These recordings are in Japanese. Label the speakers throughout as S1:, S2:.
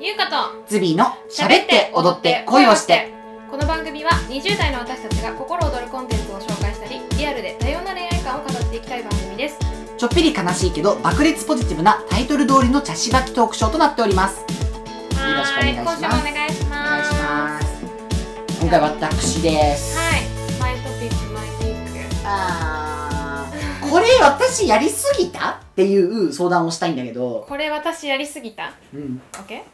S1: ゆうかと
S2: ズビーの喋って踊って恋をして
S1: この番組は20代の私たちが心躍るコンテンツを紹介したりリアルで多様な恋愛観を語っていきたい番組です
S2: ちょっぴり悲しいけど爆裂ポジティブなタイトル通りの茶しばきトークショーとなっておりますよろしくお願いし
S1: は
S2: ます
S1: ーい今週もお願いし
S2: お
S1: ま
S2: 願い
S1: す
S2: します今回私です
S1: はいマイトピックマイピック
S2: あーこれ私やりすぎたっていう相談をしたいんだけど、
S1: これ私やりすぎた
S2: うん、
S1: オッケ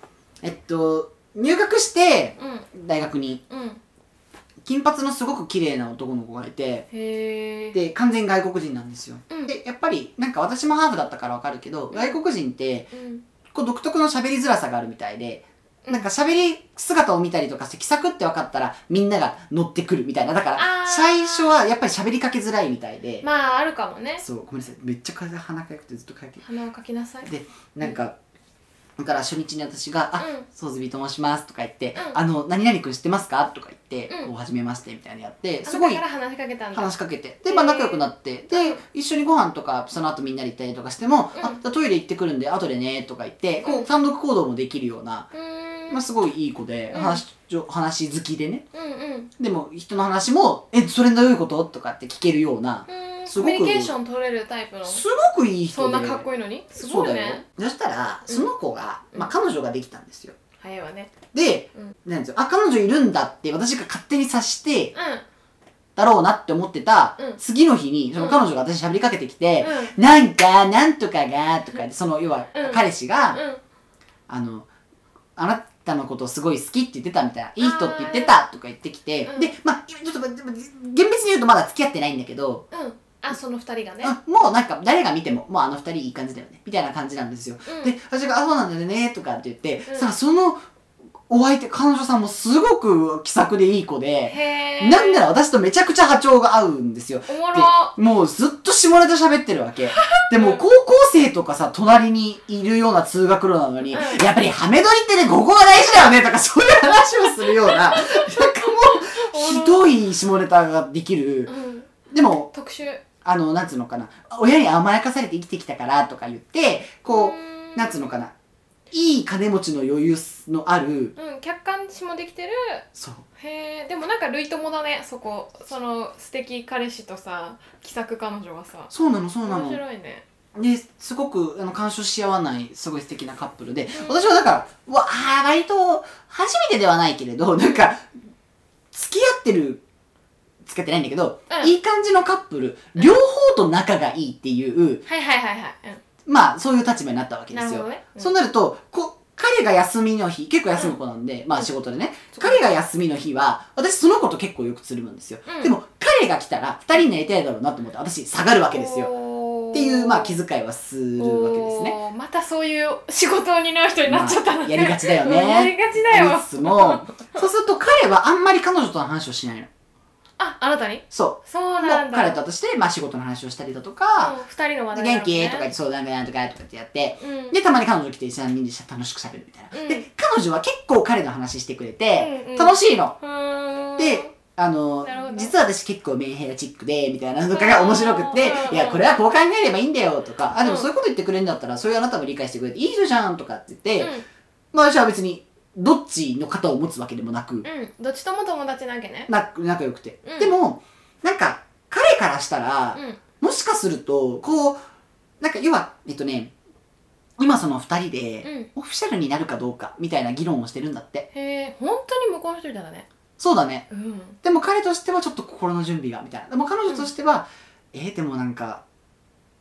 S2: えっと入学して
S1: ーうん
S2: 大学に
S1: うん
S2: 金髪のすごく綺麗な男の子がいて
S1: へえ
S2: で完全外国人なんですよ
S1: うん
S2: でやっぱりなんか私もハーフだったからわかるけど外国人って
S1: うん
S2: こう独特の喋りづらさがあるみたいでなんか喋り姿を見たりとかして気さくって分かったらみんなが乗ってくるみたいなだから
S1: あー
S2: 最初はやっぱり喋りかけづらいみたいで
S1: まああるかもね
S2: そうごめんなさいめっちゃ風鼻かゆくてずっとかゆくて
S1: 鼻をかきなさい
S2: でなんか、だから初日に私が「あ
S1: うん
S2: ソーズビーと申します」とか言って「
S1: うん
S2: あの何々くん知ってますか?」とか言って
S1: うん
S2: 「こう初めまして」みたいなのやって
S1: あ
S2: す
S1: な
S2: ご
S1: た
S2: い
S1: から話しかけたんだ
S2: 話しかけてでまあ
S1: へー
S2: 仲良くなってで一緒にご飯とかその後みんなで行ったりとかしても「
S1: うん
S2: あじゃあトイレ行ってくるんで後でね」とか言ってこ
S1: うん
S2: う単独行動もできるような、
S1: うーん
S2: まあ、すごいいい子で
S1: うん
S2: 話し話好きでね
S1: うんうん
S2: でも人の話も「えそれどういうこと?」とかって聞けるような
S1: うーん
S2: す
S1: コ
S2: ご
S1: ミ
S2: く
S1: ュニケーション取れるタイプの
S2: すごくいい人
S1: そん
S2: で
S1: なかっこいいのにすごいね
S2: そうだよそしたらその子が、
S1: うん
S2: まあ、彼女ができたんですよ
S1: 早いわね
S2: で、
S1: うん
S2: なんですよ、あ、彼女いるんだって私が勝手に察して、
S1: う
S2: だろうなって思ってた、
S1: うん
S2: 次の日に、その
S1: うん
S2: 彼女が私に喋りかけてきて
S1: ん、うん
S2: なんか、なんとかが、とか言って、その、要は
S1: うん、
S2: 彼氏が、
S1: うん
S2: あの、あなたのことすごい好きって言ってたみたいな、いい人って言ってたとか言ってきて、
S1: うん
S2: で、まあ、ちょっと、でも厳密に言うとまだ付き合ってないんだけど、
S1: うんあその二人がね
S2: あもうなんか誰が見ても、もうあの二人いい感じだよね、みたいな感じなんですよ。
S1: うん
S2: で、私が、あ、そうなんだよね、とかって言って、
S1: うん
S2: さ、その、お相手、彼女さんもすごく気さくでいい子で、
S1: へえ
S2: なんなら私とめちゃくちゃ波長が合うんですよ。
S1: おも
S2: で
S1: ろ
S2: もうずっと下ネタ喋ってるわ け。でもう高校生とかさ、隣にいるような通学路なの
S1: う
S2: に、
S1: ん
S2: やっぱりハメ撮りってね、ここが大事だよねとかそういう話をするような、なんかもう、ひどい下ネタができ
S1: う。
S2: る
S1: ん
S2: でも、
S1: 特殊
S2: あの、なんつうのかな、親に甘やかされて生きてきたからとか言って、こう、
S1: ーん
S2: なんつうのかな、いい金持ちの余裕のある、
S1: うん客観視もできてる
S2: そう、
S1: へえでもなんか類友だねそこその素敵彼氏とさ気さく彼女はさ
S2: そうなの、そうな
S1: 面
S2: の。
S1: 白いね
S2: で、すごく、あの、干渉し合わない、すごい素敵なカップルで、
S1: うん
S2: 私はだから、うわあ割と、初めてではないけれど、 なんか、付き合ってる、付き合ってないんだけど、
S1: うん
S2: いい感じのカップル、両方と仲がいいっていう、
S1: はいはいはいはい
S2: まあ、そういう立場になったわ
S1: う
S2: け
S1: ん
S2: で
S1: なる
S2: す
S1: ほど
S2: よ。
S1: ねうん
S2: そうなると、こ彼が休みの日、結構休む子なんで、まあ仕事でね、彼が休みの日は、私その子と結構よくつるむんですよ。
S1: うん
S2: でも、彼が来たら、二人になりたいだろうなと思って、私下がるわけですよ。
S1: よ
S2: っていう、まあ気遣いはするわけですね。
S1: おーまたそういう仕事になる人になっちゃった
S2: まあ
S1: ね
S2: やりがちだよ ね
S1: やりがちだよ
S2: いつも。そうすると彼はあんまり彼女との話をしないの。
S1: ああなたに
S2: そ
S1: そう
S2: う。もう
S1: なんだ
S2: 彼と私で、まあ仕事の話をしたりだとか、
S1: うん二人の話題
S2: 元気とか
S1: だ
S2: 言って相談がなんとかとかってやって、
S1: もんねうん
S2: で、たまに彼女来て3人で楽しく喋るみたいな。
S1: うん
S2: で、彼女は結構彼の話してくれて、
S1: うんうん
S2: 楽しいの。
S1: うーん
S2: であの
S1: なるほど、
S2: 実は私結構メンヘラチックで、みたいなのとかが面白くって
S1: う、ん
S2: いや、これはこう考えればいいんだよとか、あ、でも
S1: うん
S2: そういうこと言ってくれるんだったら、そういうあなたも理解してくれていい人じゃんとかって言って、
S1: う
S2: まあ私は別に、どっちの肩を持つわけでもな
S1: ん
S2: く、
S1: うんどっちとも友達なわけね
S2: な仲良くて、
S1: うん
S2: でもなんか彼からしたら
S1: う、ん
S2: もしかするとこうなんか要はえっとね今その2人で
S1: うん
S2: オフィシャルになるかどうかみたいな議論をしてるんだって
S1: へえ本当に向こうの人みたいだね
S2: そうだね
S1: うん
S2: でも彼としてはちょっと心の準備がみたいなでも彼女としては、えーでもなんか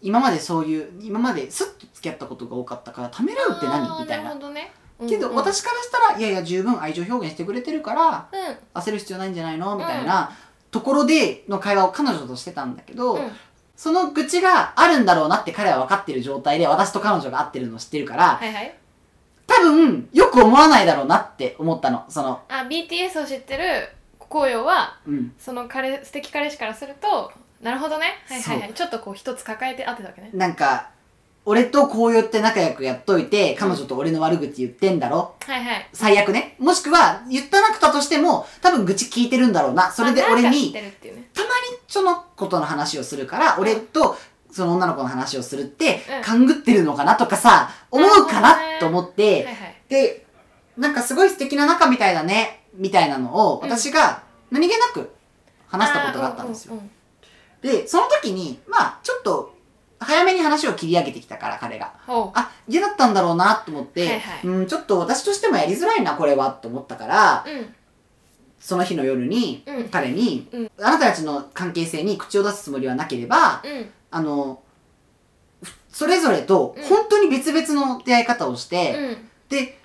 S2: 今までそういう今まですっと付き合ったことが多かったからためらうって
S1: あ
S2: 何
S1: ー
S2: みたい
S1: な
S2: な
S1: るほどね
S2: けど、
S1: うんうん
S2: 私からしたらいやいや十分愛情表現してくれてるから
S1: うん
S2: 焦る必要ないんじゃないのみたいなところでの会話を彼女としてたんだけど、
S1: うん
S2: その愚痴があるんだろうなって彼は分かってる状態で私と彼女が会ってるのを知ってるから
S1: はいはい
S2: 多分よく思わないだろうなって思ったのその
S1: あ BTS を知ってる紅葉は
S2: うん
S1: その彼素敵彼氏からするとなるほどねはいはいは
S2: そ
S1: いちょっとこう一つ抱えてあってたわけね
S2: なんか俺とこう言って仲良くやっといて彼女と俺の悪口言ってんだろ
S1: はいはい
S2: 最悪ねもしくは言ったなくたとしても多分愚痴聞いてるんだろうなそれで
S1: まあ
S2: 俺
S1: なんか知っ
S2: に
S1: てるっていうね
S2: たまにその子との話をするから俺とその女の子の話をするって
S1: うん
S2: 勘ぐってるのかなとかさ思う
S1: なるほど
S2: か
S1: ね
S2: なと思って
S1: はいはい
S2: でなんかすごい素敵な仲みたいだねみたいなの
S1: う
S2: を
S1: ん
S2: 私が何気なく話したことがあったんですよ、
S1: よ。
S2: でその時にまあちょっと早めに話を切り上げてきたから彼が
S1: ほ
S2: あ嫌だったんだろうなと思って、
S1: はいはい
S2: うん、ちょっと私としてもやりづらいなこれはと思ったから
S1: う。うん。
S2: その日の夜に
S1: うん。
S2: 彼に、
S1: うん
S2: あなたたちの関係性に口を出すつもりはなければ
S1: うん。
S2: あのふそれぞれと
S1: うん
S2: 本当に別々の出会い方をして、
S1: うん。うん。
S2: で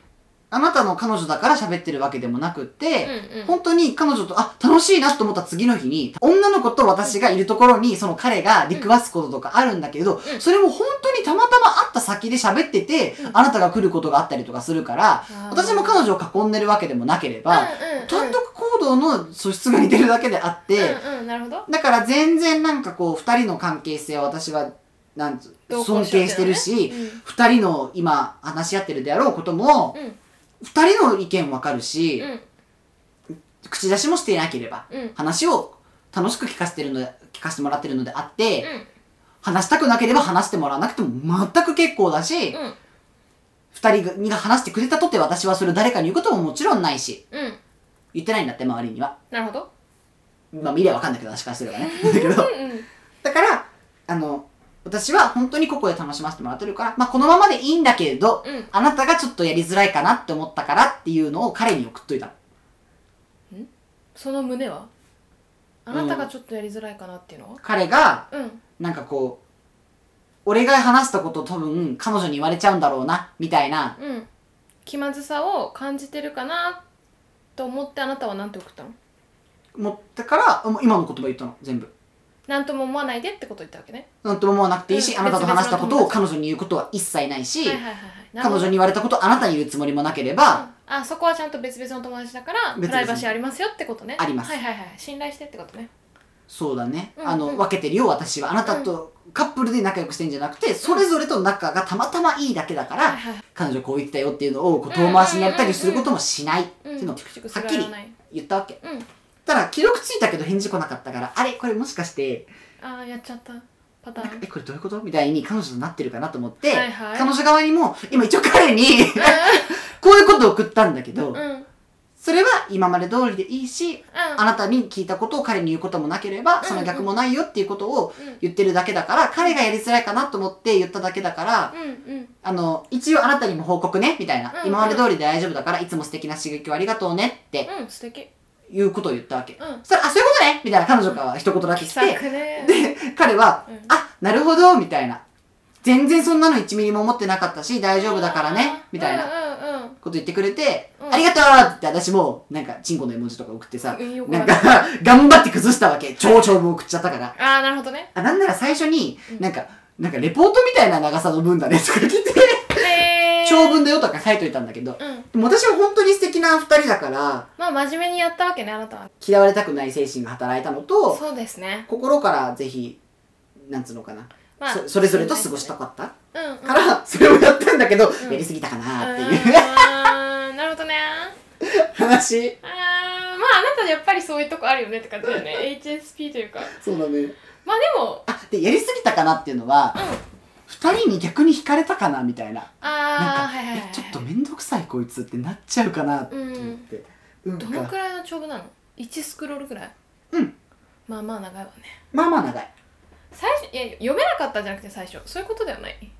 S2: あなたの彼女だから喋ってるわけでもなくって、
S1: うん。
S2: 本当に彼女とあ楽しいなと思った次の日に女の子と私がいるところにその彼が出くわすこととかあるんだけど、
S1: うん
S2: それも本当にたまたま会った先で喋ってて、
S1: うん
S2: あなたが来ることがあったりとかするから、私も彼女を囲んでるわけでもなければ、
S1: うんうん、
S2: 単独行動の素質が似てるだけであって、
S1: うんうん、なるほど。
S2: だから全然なんかこう二人の関係性は私はなんつ
S1: 同
S2: 尊
S1: 行し合ってるね
S2: 敬してるし
S1: う、ん
S2: 二人の今話し合ってるであろうことも、
S1: うん
S2: 二人の意見わかるし、
S1: うん
S2: 口出しもしていなければ
S1: うん
S2: 話を楽しく聞かせてるので聞かせてもらってるのであって、
S1: うん
S2: 話したくなければ話してもらわなくても全く結構だし、
S1: うん
S2: 二人が話してくれたとって私はそれを誰かに言うことももちろんないし
S1: うん
S2: 言ってないんだって周りには
S1: なるほど。
S2: まあ見りゃわかんないけど私からすればね だけど
S1: うんうん
S2: だからあの私は本当にここで楽しませてもらってるから、まあ、このままでいいんだけれど、
S1: うん
S2: あなたがちょっとやりづらいかなって思ったからっていうのを彼に送っといたの。
S1: その胸はあなたがちょっとやりづらいかなっていうのは
S2: 彼が、
S1: うん
S2: なんかこう、俺が話したことを多分彼女に言われちゃうんだろうな、みたいな。
S1: うん気まずさを感じてるかなと思ってあなたは何て送ったの
S2: 思ったから、もう今の言葉言ったの、全部。
S1: 何とも思わないでってこと言ったわけね
S2: なんとも思わなくていいし、
S1: うん
S2: あなたと話したことを
S1: 別
S2: 彼女に言うことは一切ないし、
S1: はいはいはいはいなる
S2: 彼
S1: ほど
S2: 女に言われたことをあなたに言うつもりもなけれ
S1: う
S2: ば、
S1: んあそこはちゃんと別々の友達だから
S2: 別々
S1: プライバシーありますよってことね
S2: あります
S1: はいはいはい信頼してってことね
S2: そうだね、
S1: うん
S2: あ
S1: う
S2: の、
S1: ん
S2: 分けてるよ、私は。あなたとカップルで仲良くしてんじゃなくて、それぞれと仲がたまたまいいだけだか
S1: はい
S2: ら、
S1: はいはい
S2: 彼女こう言ってたよっていうのをこう遠回しにやったりすることもしないって
S1: う
S2: い
S1: ん
S2: うのを
S1: チクチク
S2: は
S1: す
S2: っ
S1: る
S2: きり
S1: ない
S2: 言ったわけ
S1: うん
S2: ただ記録ついたけど返事来なかったからあれこれもしかして
S1: ああやっちゃったパタ
S2: なんか
S1: ーン
S2: えこれどういうことみたいに彼女となってるかなと思って、
S1: はいはい
S2: 彼女側にも今一応彼に こういうことを送ったんだけど、
S1: うんうん
S2: それは今まで通りでいいしあなたに聞いたことを彼に言うこともなければその逆もないよっていうことを
S1: うん
S2: 言ってるだけだから彼がやりづらいかなと思って言っただけだから
S1: うんうん
S2: あの一応あなたにも報告ねみたいな、
S1: うんうん
S2: 今まで通りで大丈夫だからいつも素敵な刺激をありがとうねって
S1: うん素敵
S2: いうことを言ったわけ、
S1: うん
S2: そしたら「あそういうことね」みたいな彼女から一言だけ
S1: 気
S2: 来
S1: さ
S2: て、
S1: くね
S2: で、彼は、
S1: うん
S2: あ、なるほど、みたいな。全然そんなの1ミリも思ってなかったし、大丈夫だからね、みたいな
S1: なうんうん
S2: こと言ってくれて、
S1: うん
S2: ありがとうって私も、なんか、チンコの絵文字とか送ってさ、
S1: うんよく
S2: な
S1: わ
S2: ん
S1: か
S2: か
S1: る、
S2: 頑張って崩したわけ。長々も送っちゃったから。
S1: ああなるほどね
S2: あ、なんなら最初に
S1: う、ん
S2: なんか、なんかレポートみたいな長さの 文だね、とか来て、
S1: へー
S2: 長文だよとか書いといたんだけど、
S1: うん
S2: でも私は本当に素敵な二人だから、
S1: まあ真面目にやったわけねあなたは
S2: 嫌われたくない精神が働いたのと、
S1: そうですね
S2: 心からぜひ、なんつうのかな、
S1: まあ
S2: そそれぞれと過ごしたかった
S1: うんうん
S2: から、 それをやったんだけど、
S1: ん
S2: やりすぎたかなって
S1: う
S2: いう
S1: ーんなるほどね
S2: 話。
S1: あーまああなたやっぱりそういうとこあるよねって感じだ よね HSP というか
S2: そうだね。
S1: まあでも
S2: あ、で、やりすぎたかなっていうのは、
S1: うん
S2: 二人に逆に惹かれたかなみたいな。
S1: ああはいはいはい
S2: え、ちょっと面倒くさいこいつってなっちゃうかなって思って。うん
S1: どの
S2: か。
S1: くらいの長文なの1スクロールくらい
S2: うん
S1: まあまあ長いわね
S2: まあまあ長い。
S1: 最初いや読めなかったんじゃなくて最初そういうことではない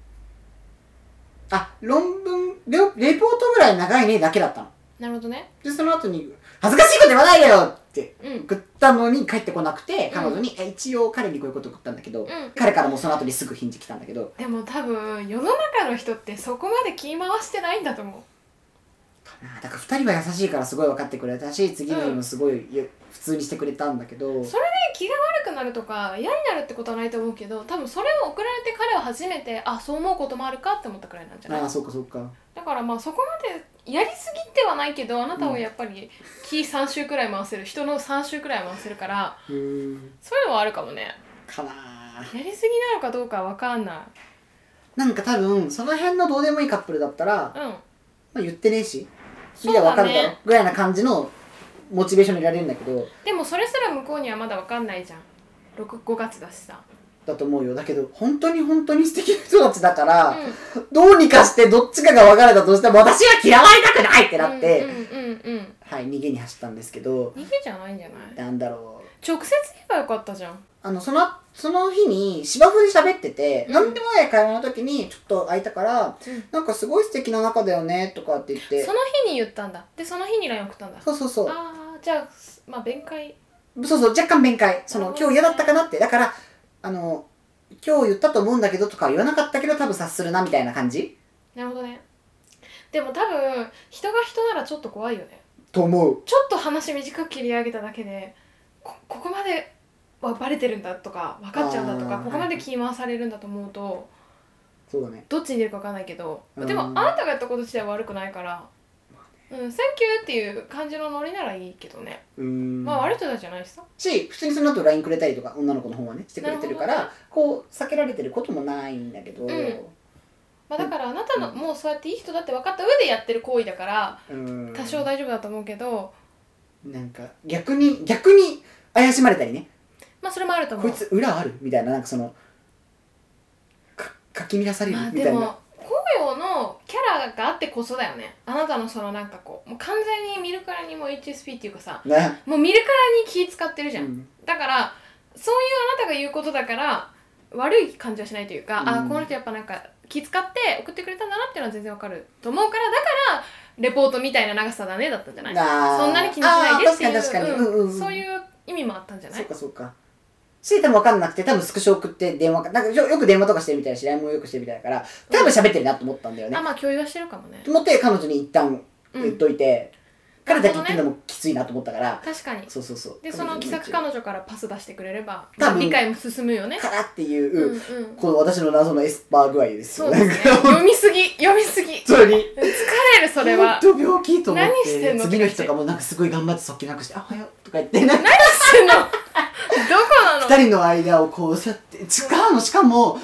S2: あ、論文、レレポートぐらい長いねだけだったの。
S1: なるほどね
S2: で、その後に、恥ずかしいこと言わないでよって
S1: うんうん
S2: 送ったのに帰ってこなくて
S1: ん、
S2: 彼女に、え一応彼にこういうこと送ったんだけど、彼からもその後にすぐ返事来たんだけど、
S1: でも多分世の中の人ってそこまで気回してないんだと思う
S2: あーだから2人は優しいからすごい分かってくれたし次の日もすごいよ普通にしてくれたんだけど、
S1: そ気が悪くなるとか嫌になるってことはないと思うけど多分それを送られて彼は初めてあそう思うこともあるかって思ったくらいなんじゃない
S2: ああそうかそうか
S1: だからまあそこまでやりすぎてはないけどあなたをやっぱり気3周くらい回せる人の3周くらい回せるから
S2: うーん
S1: そういうのはあるかもね
S2: かなー
S1: やりすぎなのかどうかわかんな
S2: なんか多分その辺のどうでもいいカップルだったら、ま
S1: いうん
S2: あ、言ってねえし
S1: そ
S2: 見
S1: う
S2: りゃ
S1: だ
S2: 分かるだろ
S1: ね
S2: ぐらいな感じのモチベーションにいられるんだけど
S1: でもそれすら向こうにはまだわかんないじゃん6 5月だしさ
S2: だと思うよだけど本当に本当に素敵な人たちだから、
S1: うん
S2: どうにかしてどっちかが別れたとしても私は嫌われたくないってなって、
S1: うんうんうんうん
S2: はい逃げに走ったんですけど
S1: 逃げじゃないんじゃない
S2: なんだろう
S1: 直接言えばよかったじゃん
S2: あのそのその日に芝生で喋ってて、
S1: うん
S2: なんでもない会話の時にちょっと空いたから、
S1: うん
S2: なんかすごい素敵な仲だよねとかって言って
S1: その日に言ったんだでその日に LINE 送ったんだ
S2: そうそうそう
S1: ああじゃあまあ弁解
S2: そうそう、若干弁解。その、今日嫌だったかなって。だから、あの、今日言ったと思うんだけどとかは言わなかったけど、多分察するな、みたいな感じ
S1: なるほどねでも多分人が人ならちょっと怖いよね
S2: と思う。
S1: ちょっと話短く切り上げただけでこここまではバレてるんだとか分かっちゃうんだとか
S2: あー
S1: ここまで気回されるんだと思うと
S2: そうだね。
S1: どっちに出るか分かんないけど
S2: うん
S1: でもあなたがやったこと自体は悪くないから「うん、センキュー」っていう感じのノリならいいけどね、
S2: うーん。
S1: まあ悪い人たちじゃないしさ
S2: し、普通にその後 LINE くれたりとか、女の子の方はね、してくれてるか
S1: な
S2: ら、
S1: る
S2: こう、避けられてることもないんだけど、
S1: う
S2: うんー
S1: まあ、だからあなたの
S2: うん
S1: もうそうやっていい人だって分かった上でやってる行為だから
S2: ん。
S1: 多少大丈夫だと思うけど
S2: なんか、逆に、逆に怪しまれたりね、
S1: まあそれもあると思
S2: こいうつ裏あるみたいな、なんかその、か、かき乱される
S1: まあ
S2: み
S1: で
S2: たいな。
S1: も紅葉のキャラがあってこそだよねあなたのそのなんかこうもう完全に見るからにもう HSP っていうかさ
S2: ね。
S1: もう見るからに気使ってるじ
S2: う
S1: ゃん、
S2: ん。
S1: だからそういうあなたが言うことだから悪い感じはしないというか、あ
S2: うん
S1: この人やっぱなんか気使って送ってくれたんだなっていうのは全然わかると思うからだからレポートみたいな長さだねだったんじゃない
S2: あー
S1: そんなに気にしないでってい
S2: あー確かに
S1: う
S2: 確かに。うんうん
S1: う
S2: うんん
S1: そういう意味もあったんじゃな
S2: そう
S1: い
S2: かそうか。し、多分分かんなくて、多分スクショ送って電話か、なんかよよく電話とかしてるみたいだし、LINE もよくしてるみたいだから、多分喋ってるなと思ったんだよね
S1: あ。まあ共有はしてるかもね
S2: と思って、彼女に一旦
S1: うん
S2: 言っといて、
S1: なる
S2: 彼だ
S1: ほどね
S2: け言ってるのもきついなと思ったから、
S1: 確かに
S2: そうそうそう。
S1: でその気さく彼
S2: か
S1: 女からパス出してくれれば、
S2: 多
S1: まあ
S2: 分
S1: 理解も進むよね
S2: からって
S1: う
S2: い
S1: んう
S2: う、
S1: ん
S2: この私の謎のエスパー具合です
S1: そ
S2: よ。
S1: うですね
S2: なんか
S1: 読みすぎ読みすぎ疲
S2: 本当に。
S1: れるそれ は
S2: 本当病気と思って
S1: 何してんの
S2: 次の日とかもなんかすごい頑張ってそっけなくして「あおはよう」とか言って
S1: 何してんのどこなの
S2: 二人の間をこうやってしかもしかも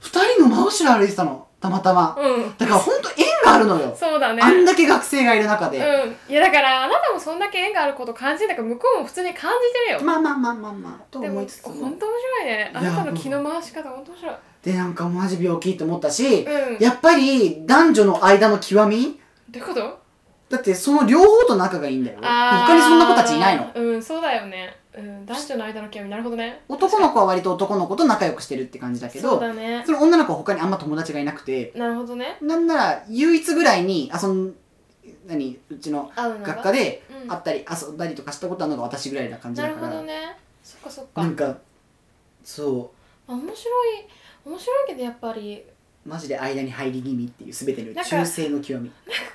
S2: 二人の真後ろ歩いてたのたまたま
S1: うん、うん、
S2: だから本当縁があるのよ。
S1: そうだね
S2: あんだけ学生がいる中で。
S1: うん、いやだからあなたもそんだけ縁があることを感じてたから向こうも普通に感じてるよ
S2: まあまあまあまあまあ、と
S1: で
S2: 思
S1: も
S2: いつつ
S1: 本
S2: も。
S1: 当面白いね
S2: いや
S1: あなたの気の回し方本当面白い
S2: で、なんかマジ病気と思ったし、
S1: うん
S2: やっぱり男女の間の極み
S1: どういうこと
S2: だってその両方と仲がいいんだよ。
S1: あー
S2: 他にそんな子たちいないの。
S1: うんそうだよね、うん、男女の間の興味なるほどね
S2: 男の子は割と男の子と仲良くしてるって感じだけ
S1: そう
S2: ど、
S1: だね
S2: その女の子は他にあんま友達がいなくて、
S1: なるほどね
S2: なんなら唯一ぐらいに、あそん、何、うちの
S1: 合うのが
S2: 学科で
S1: うん
S2: 会ったり遊んだりとかしたことあるのが私ぐらいな感じ
S1: な
S2: だ
S1: る
S2: か
S1: ほど
S2: ら、
S1: ねそっかそっか、
S2: なんか、そう。
S1: あ面白い面白いけどやっぱり
S2: マジで間に入り気味っていう全ての
S1: なんか
S2: 中性の 極み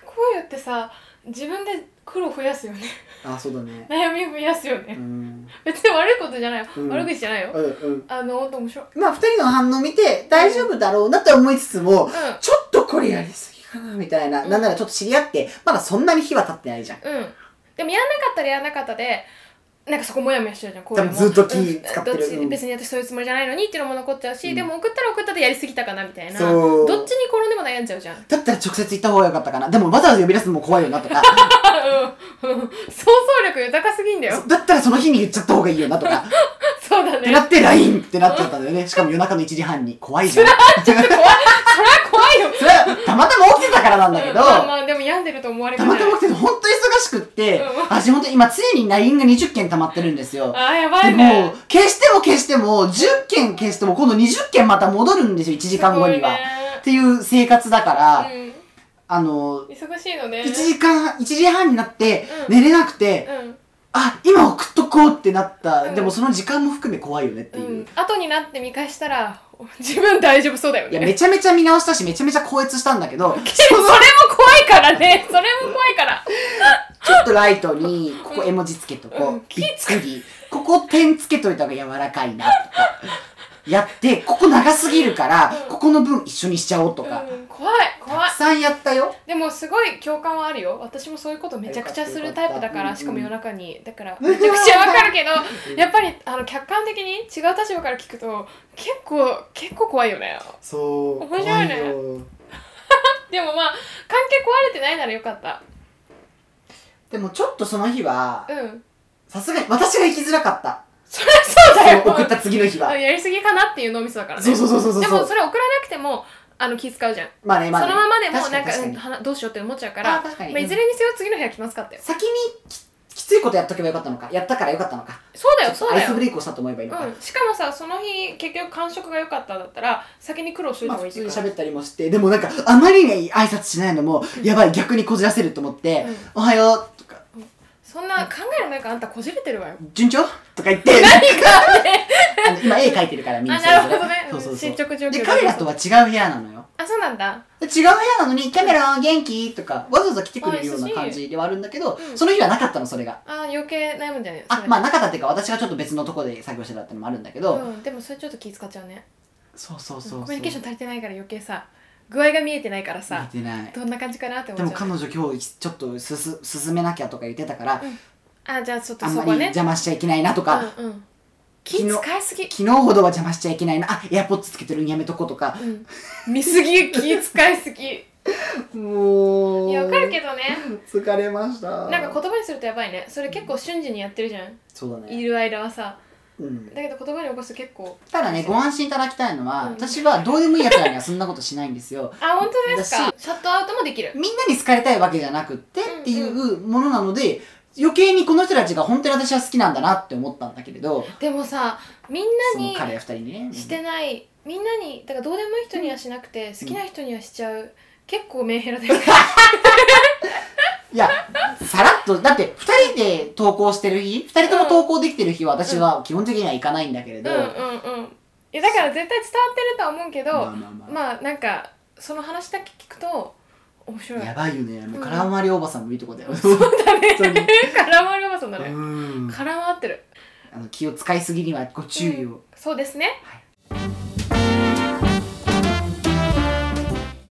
S1: こうやってさ自分で苦労増やすよね
S2: あそうだね
S1: 悩み増やすよ
S2: う
S1: ね
S2: ん
S1: 別に悪いことじゃないよ、
S2: うん
S1: 悪口じゃないよ、
S2: うんうん
S1: あの本当面白い
S2: まあ2人の反応見て大丈夫だろうなと思いつつも
S1: う
S2: ちょっとこれやりすぎかなみたいな、
S1: うん
S2: なんならちょっと知り合ってまだそんなに火は立ってないじゃん
S1: んうんでもやんなかったらやんなかったでなんかそこモヤモヤしてるじゃんこういうのも
S2: 多分ずっと気使って
S1: う
S2: る
S1: んどっち
S2: うん
S1: 別に私そういうつもりじゃないのにっていうのも残っちゃうし、
S2: うん
S1: でも送ったら送ったでやりすぎたかなみたいな
S2: そう
S1: どっちに転んでも悩んじゃうじゃんうん
S2: だったら直接行った方が良かったかなでもわざわざ呼び出すのも怖いよな とか
S1: 想像力豊かすぎんだよ
S2: そ だったらその日に言っちゃった方がいいよなとか
S1: そうだ
S2: って
S1: ね
S2: なって LINE ってなっちゃったんだよねしかも夜中の1時半に怖 いじゃん
S1: 怖いそれは怖いよ
S2: それはたまたま起きてたからなんだけど、
S1: まあまあでも病んでると思われ
S2: た
S1: かね
S2: ま
S1: ない
S2: たま来てて本当に忙しくって、
S1: うん
S2: 私本当に今常に LINE が20件溜まってるんですよ。
S1: あーやば
S2: で
S1: い
S2: も
S1: ね
S2: う消しても消しても10件消しても今度20件また戻るんですよ1時間後には。っていう生活だから、
S1: すごいね
S2: あの
S1: うん、忙しいのね
S2: 1時間1時半になって
S1: うん
S2: 寝れなくて、
S1: う
S2: あ今送っとこうってなった、
S1: うん
S2: でもその時間も含め怖いよねって
S1: ん、
S2: いうう。
S1: ん、後になって見返したら自分大丈夫そうだよ
S2: いや、
S1: ね
S2: めちゃめちゃ見直したし、めちゃめちゃ超越したんだけど、
S1: それも怖いからね それも怖いから
S2: ちょっとライトに、ここ絵文字つけとこう。
S1: うん
S2: びっくり。ここ点つけといた方が柔らかいな、とか。やって、ここ長すぎるから、
S1: うん
S2: ここの分一緒にしちゃおうとか。
S1: うん、怖い怖
S2: た
S1: い
S2: くさんやったよ。
S1: でもすごい共感はあるよ私もそういうことめちゃくちゃするタイプだか
S2: よかったよかっ
S1: ら
S2: た
S1: しかも夜中にだからめちゃくちゃわかるけどやっぱりあの客観的に違う立場から聞くと結構結構怖いよね
S2: そう。
S1: 面白いね
S2: 怖よ
S1: でもまあ関係壊れてないならよかった
S2: でもちょっとその日は
S1: う、ん
S2: さすがに私が行きづらかった。
S1: そりゃそうだよ
S2: その送った次の日
S1: あ
S2: は
S1: やりすぎかなっていう脳みそだからね
S2: そうそうそうそうそう
S1: でもそれ送らなくてもあの気使うじゃん、
S2: まあねまあ
S1: そ
S2: ね
S1: のままでもう
S2: 確
S1: な
S2: か
S1: ん
S2: に
S1: か
S2: 確か
S1: うん
S2: に
S1: はどうしようって思っちゃうから
S2: あ確かに
S1: まあ、いずれにせよ次の部屋来ますかって
S2: 先にききついことやっとけばよかったのかやったからよかったのか
S1: そうだ
S2: ちょ
S1: よ
S2: っ
S1: そう
S2: とア
S1: だ
S2: イ
S1: よ
S2: スブレイクをしたと思えばいいのか、
S1: うん、しかもさその日結局感触が良かったんだったら先に苦労しとい
S2: ま
S1: た
S2: あ
S1: 方がい
S2: 普
S1: いって
S2: 通
S1: い
S2: に
S1: うか、
S2: 喋ったりもしてでもなんかあまりに挨拶しないのもやばい逆にこじらせると思って
S1: うん
S2: 「おはよう」とか
S1: そんな考えのないからあんたこじれてるわよ
S2: 「順調?」とか言って
S1: 何かね
S2: あの今絵描いてるからみん
S1: あな
S2: な
S1: る
S2: そ
S1: ほ
S2: れぞ
S1: どね
S2: れ
S1: う
S2: そ
S1: ん
S2: うそう
S1: 進
S2: そう
S1: 捗状況
S2: で彼らとは違う部屋なのよ
S1: あそうなんだ
S2: 違う部屋なのに「キャメラ元気?」とかわざわざ来てくれるような感じではあるんだけど
S1: うん
S2: その日はなかったのそれが
S1: あ余計悩むんじゃない
S2: あまあ
S1: あ
S2: なかったっていうか私がちょっと別のとこで作業してたってのもあるんだけど
S1: うん、でもそれちょっと気使っちゃうね
S2: そうそうそうそう
S1: コミュニケーション足りてないから余計さ具合が見えてないから
S2: 見
S1: さ
S2: てない
S1: どんな感じかなって
S2: で
S1: 思っ
S2: も
S1: ちゃう
S2: 彼女今日ちょっとすす進めなきゃとか言ってたから
S1: あじゃあちょっと
S2: あん
S1: そ
S2: ま
S1: こ
S2: り
S1: はね
S2: 邪魔しちゃいけないなとか
S1: うんうん、気使いすぎ、
S2: 昨日ほどは邪魔しちゃいけないなあエアポッツつけてるんやめとことか
S1: うん、見すぎ気使いすぎ
S2: もう
S1: いやわかるけどね
S2: 疲れました
S1: なんか言葉にするとやばいねそれ結構瞬時にやってるじゃん
S2: そうだ
S1: い
S2: ね、
S1: る間はさ
S2: うん、
S1: だけど言葉に起こすと結構
S2: ただねご安心いただきたいのは、
S1: うん
S2: 私はどうでもいいやつらにはそんなことしないんですよ
S1: あ本当ですか
S2: だ
S1: シャットアウトもできる
S2: みんなに好かれたいわけじゃなくって
S1: うん
S2: っていうものなので余計にこの人たちが本当に私は好きなんだなって思ったんだけれど
S1: でもさみん
S2: その
S1: な
S2: 彼
S1: に
S2: ら二人にね
S1: してないみんなにだからどうでもいい人にはしなくて好きな人にはしちゃう結構メンヘラだよね
S2: いや、さらっと、だって、二人で投稿してる日、二人とも投稿できてる日は、私は基本的には行かないんだけれ
S1: う
S2: ど、
S1: んうんうんいやだから絶対伝わってるとは思うけど
S2: まあまあまあ、
S1: まあなんかその話だけ聞くと面白い
S2: やばいよね。も
S1: う
S2: う、
S1: ん
S2: 空回りおばさんもいいとこだよ。
S1: そうだね
S2: 本当に
S1: 絡まるおばさんだね
S2: うん
S1: 絡まってる
S2: あの気を使いすぎにはご注意を。
S1: そうですね
S2: はい